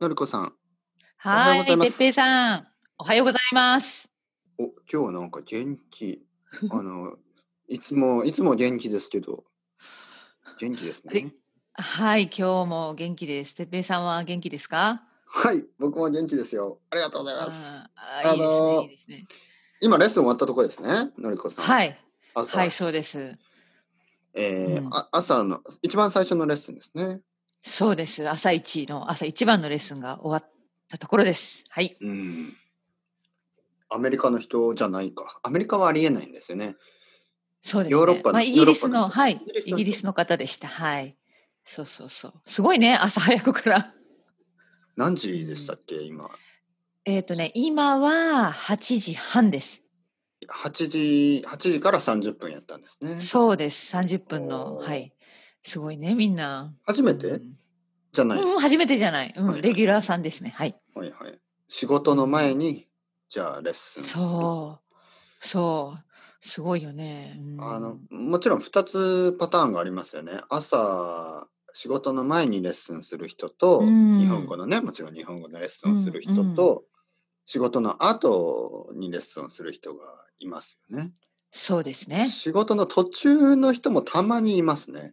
のりこさん。おははようございい、まてすっぺいさん、おはようございます。お、今日はなんか元 気。あの、いつも、いつも元気ですけど。元気ですね。はい、今日も元気です。てっぺいさんは元気ですか？はい、僕も元気ですよ。ありがとうございます。あー、あーいいですあねのーいいですね。今レッスン終わったところですね。のりこさん。。はいい、朝。はい、そうです。えーうんあ朝の一番最初のレッスンですね。そうです。朝一の朝一番のレッスンが終わったところです。はい。うん。アメリカの人じゃないか。アメリカはありえないんですよね。そうですね。ヨーロッパのまあ、イギリスヨーロッパのの人はいイギリスの、人イギリスの方でした。はい。そうそうそう。すごいね、朝早くから。 何時でしたっけ、今。えっ、とね、今は8時半です。 8時、8時から30分やったんですね。そうです。30分のおーはい。すごいね、みんな。初めて、うんじゃない。うん、初めてじゃない、うんはいはいレギュラーさんですね。はい。はいはい。仕事の前に、じゃあレッスンする。そう。そう。すごいよね。うんあの、もちろん2つパターンがありますよね。朝、仕事の前にレッスンする人と、うん日本語のね、もちろん日本語のレッスンをする人と、仕事の後にレッスンをする人がいますよね。そうですね。仕事の途中の人もたまにいますね。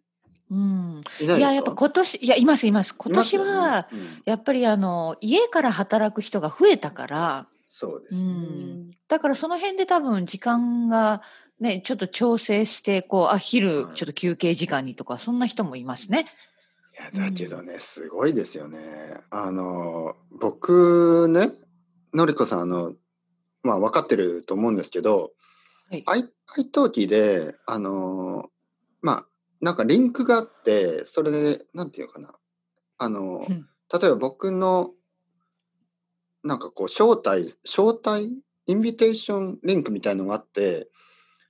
うん。いないですかいや、やっぱ今年、いや、います、います。今年いまは、すよねうんやっぱりあの、家から働く人が増えたから、そうですね。うんだからその辺で多分時間が、ね、ちょっと調整して、こう、あ、昼はい、ちょっと休憩時間にとか、そんな人もいますね。いやだけどね、すごいですよね。あの僕ねのりこさんあのまあ分かってると思うんですけどはい。愛登記であのまあなんかリンクがあってそれでなんていうかなあのうん例えば僕のなんかこう招待招待インビテーションリンクみたいのがあって、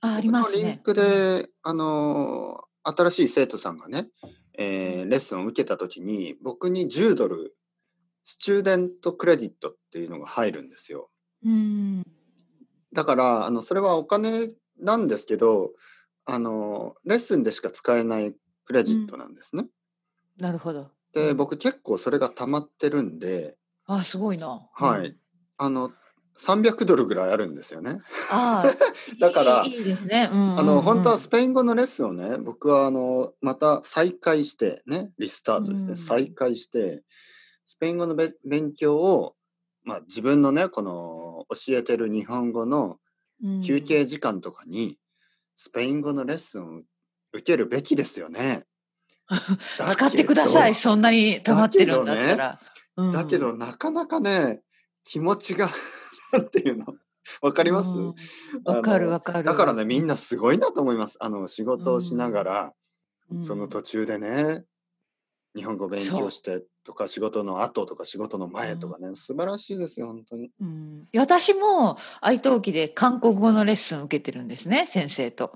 あ、ありますね。僕のリンクで、あのー新しい生徒さんがね、えーレッスンを受けた時に僕に10ドルスチューデントクレジットっていうのが入るんですようん。だからあのそれはお金なんですけど、あのーレッスンでしか使えないクレジットなんですね、なるほど。で僕結構それが溜まってるんであ、すごいな。はいうんあの300ドルぐらいあるんですよねああ、 だからいいいいですね。うんうんうんあの本当はスペイン語のレッスンをね僕はあのまた再開してねリスタートですね、うん再開してスペイン語のべ勉強を、まあ、自分のねこの教えてる日本語のうん休憩時間とかにスペイン語のレッスンを受けるべきですよ ね。だけど使ってください。そんなに溜まってるんだっただら。うんだけどなかなかね気持ちが なんていうのわかります、うんわかるわかる。だからねみんなすごいなと思います。あの仕事をしながら、うんその途中でね、日本語勉強してとか、仕事の後とか、仕事の前とかね、素晴らしいですよ、本当に。うんいや私も愛登記で韓国語のレッスン受けてるんですね先生と。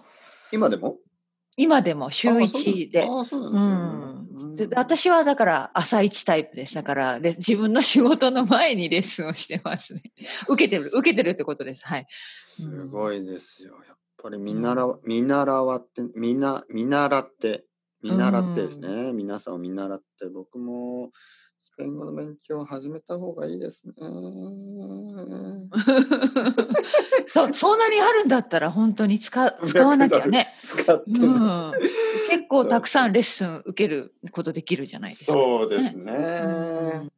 今でも今でも週あ1で。あそうなんですねうんで私はだから朝一タイプです。だからレ自分の仕事の前にレッスンをしてますね。受けてる、受けてるってことです。はい。すごいですよ。やっぱり見習わ、見習わって、みな、見習って、見習ってですね、皆さんを見習って、僕もスペイン語の勉強を始めた方がいいです ね。 そそんなにあるんだったら本当に使使わなきゃね。 使ってねうん、結構たくさんレッスン受けることできるじゃないですか。そうですね。うん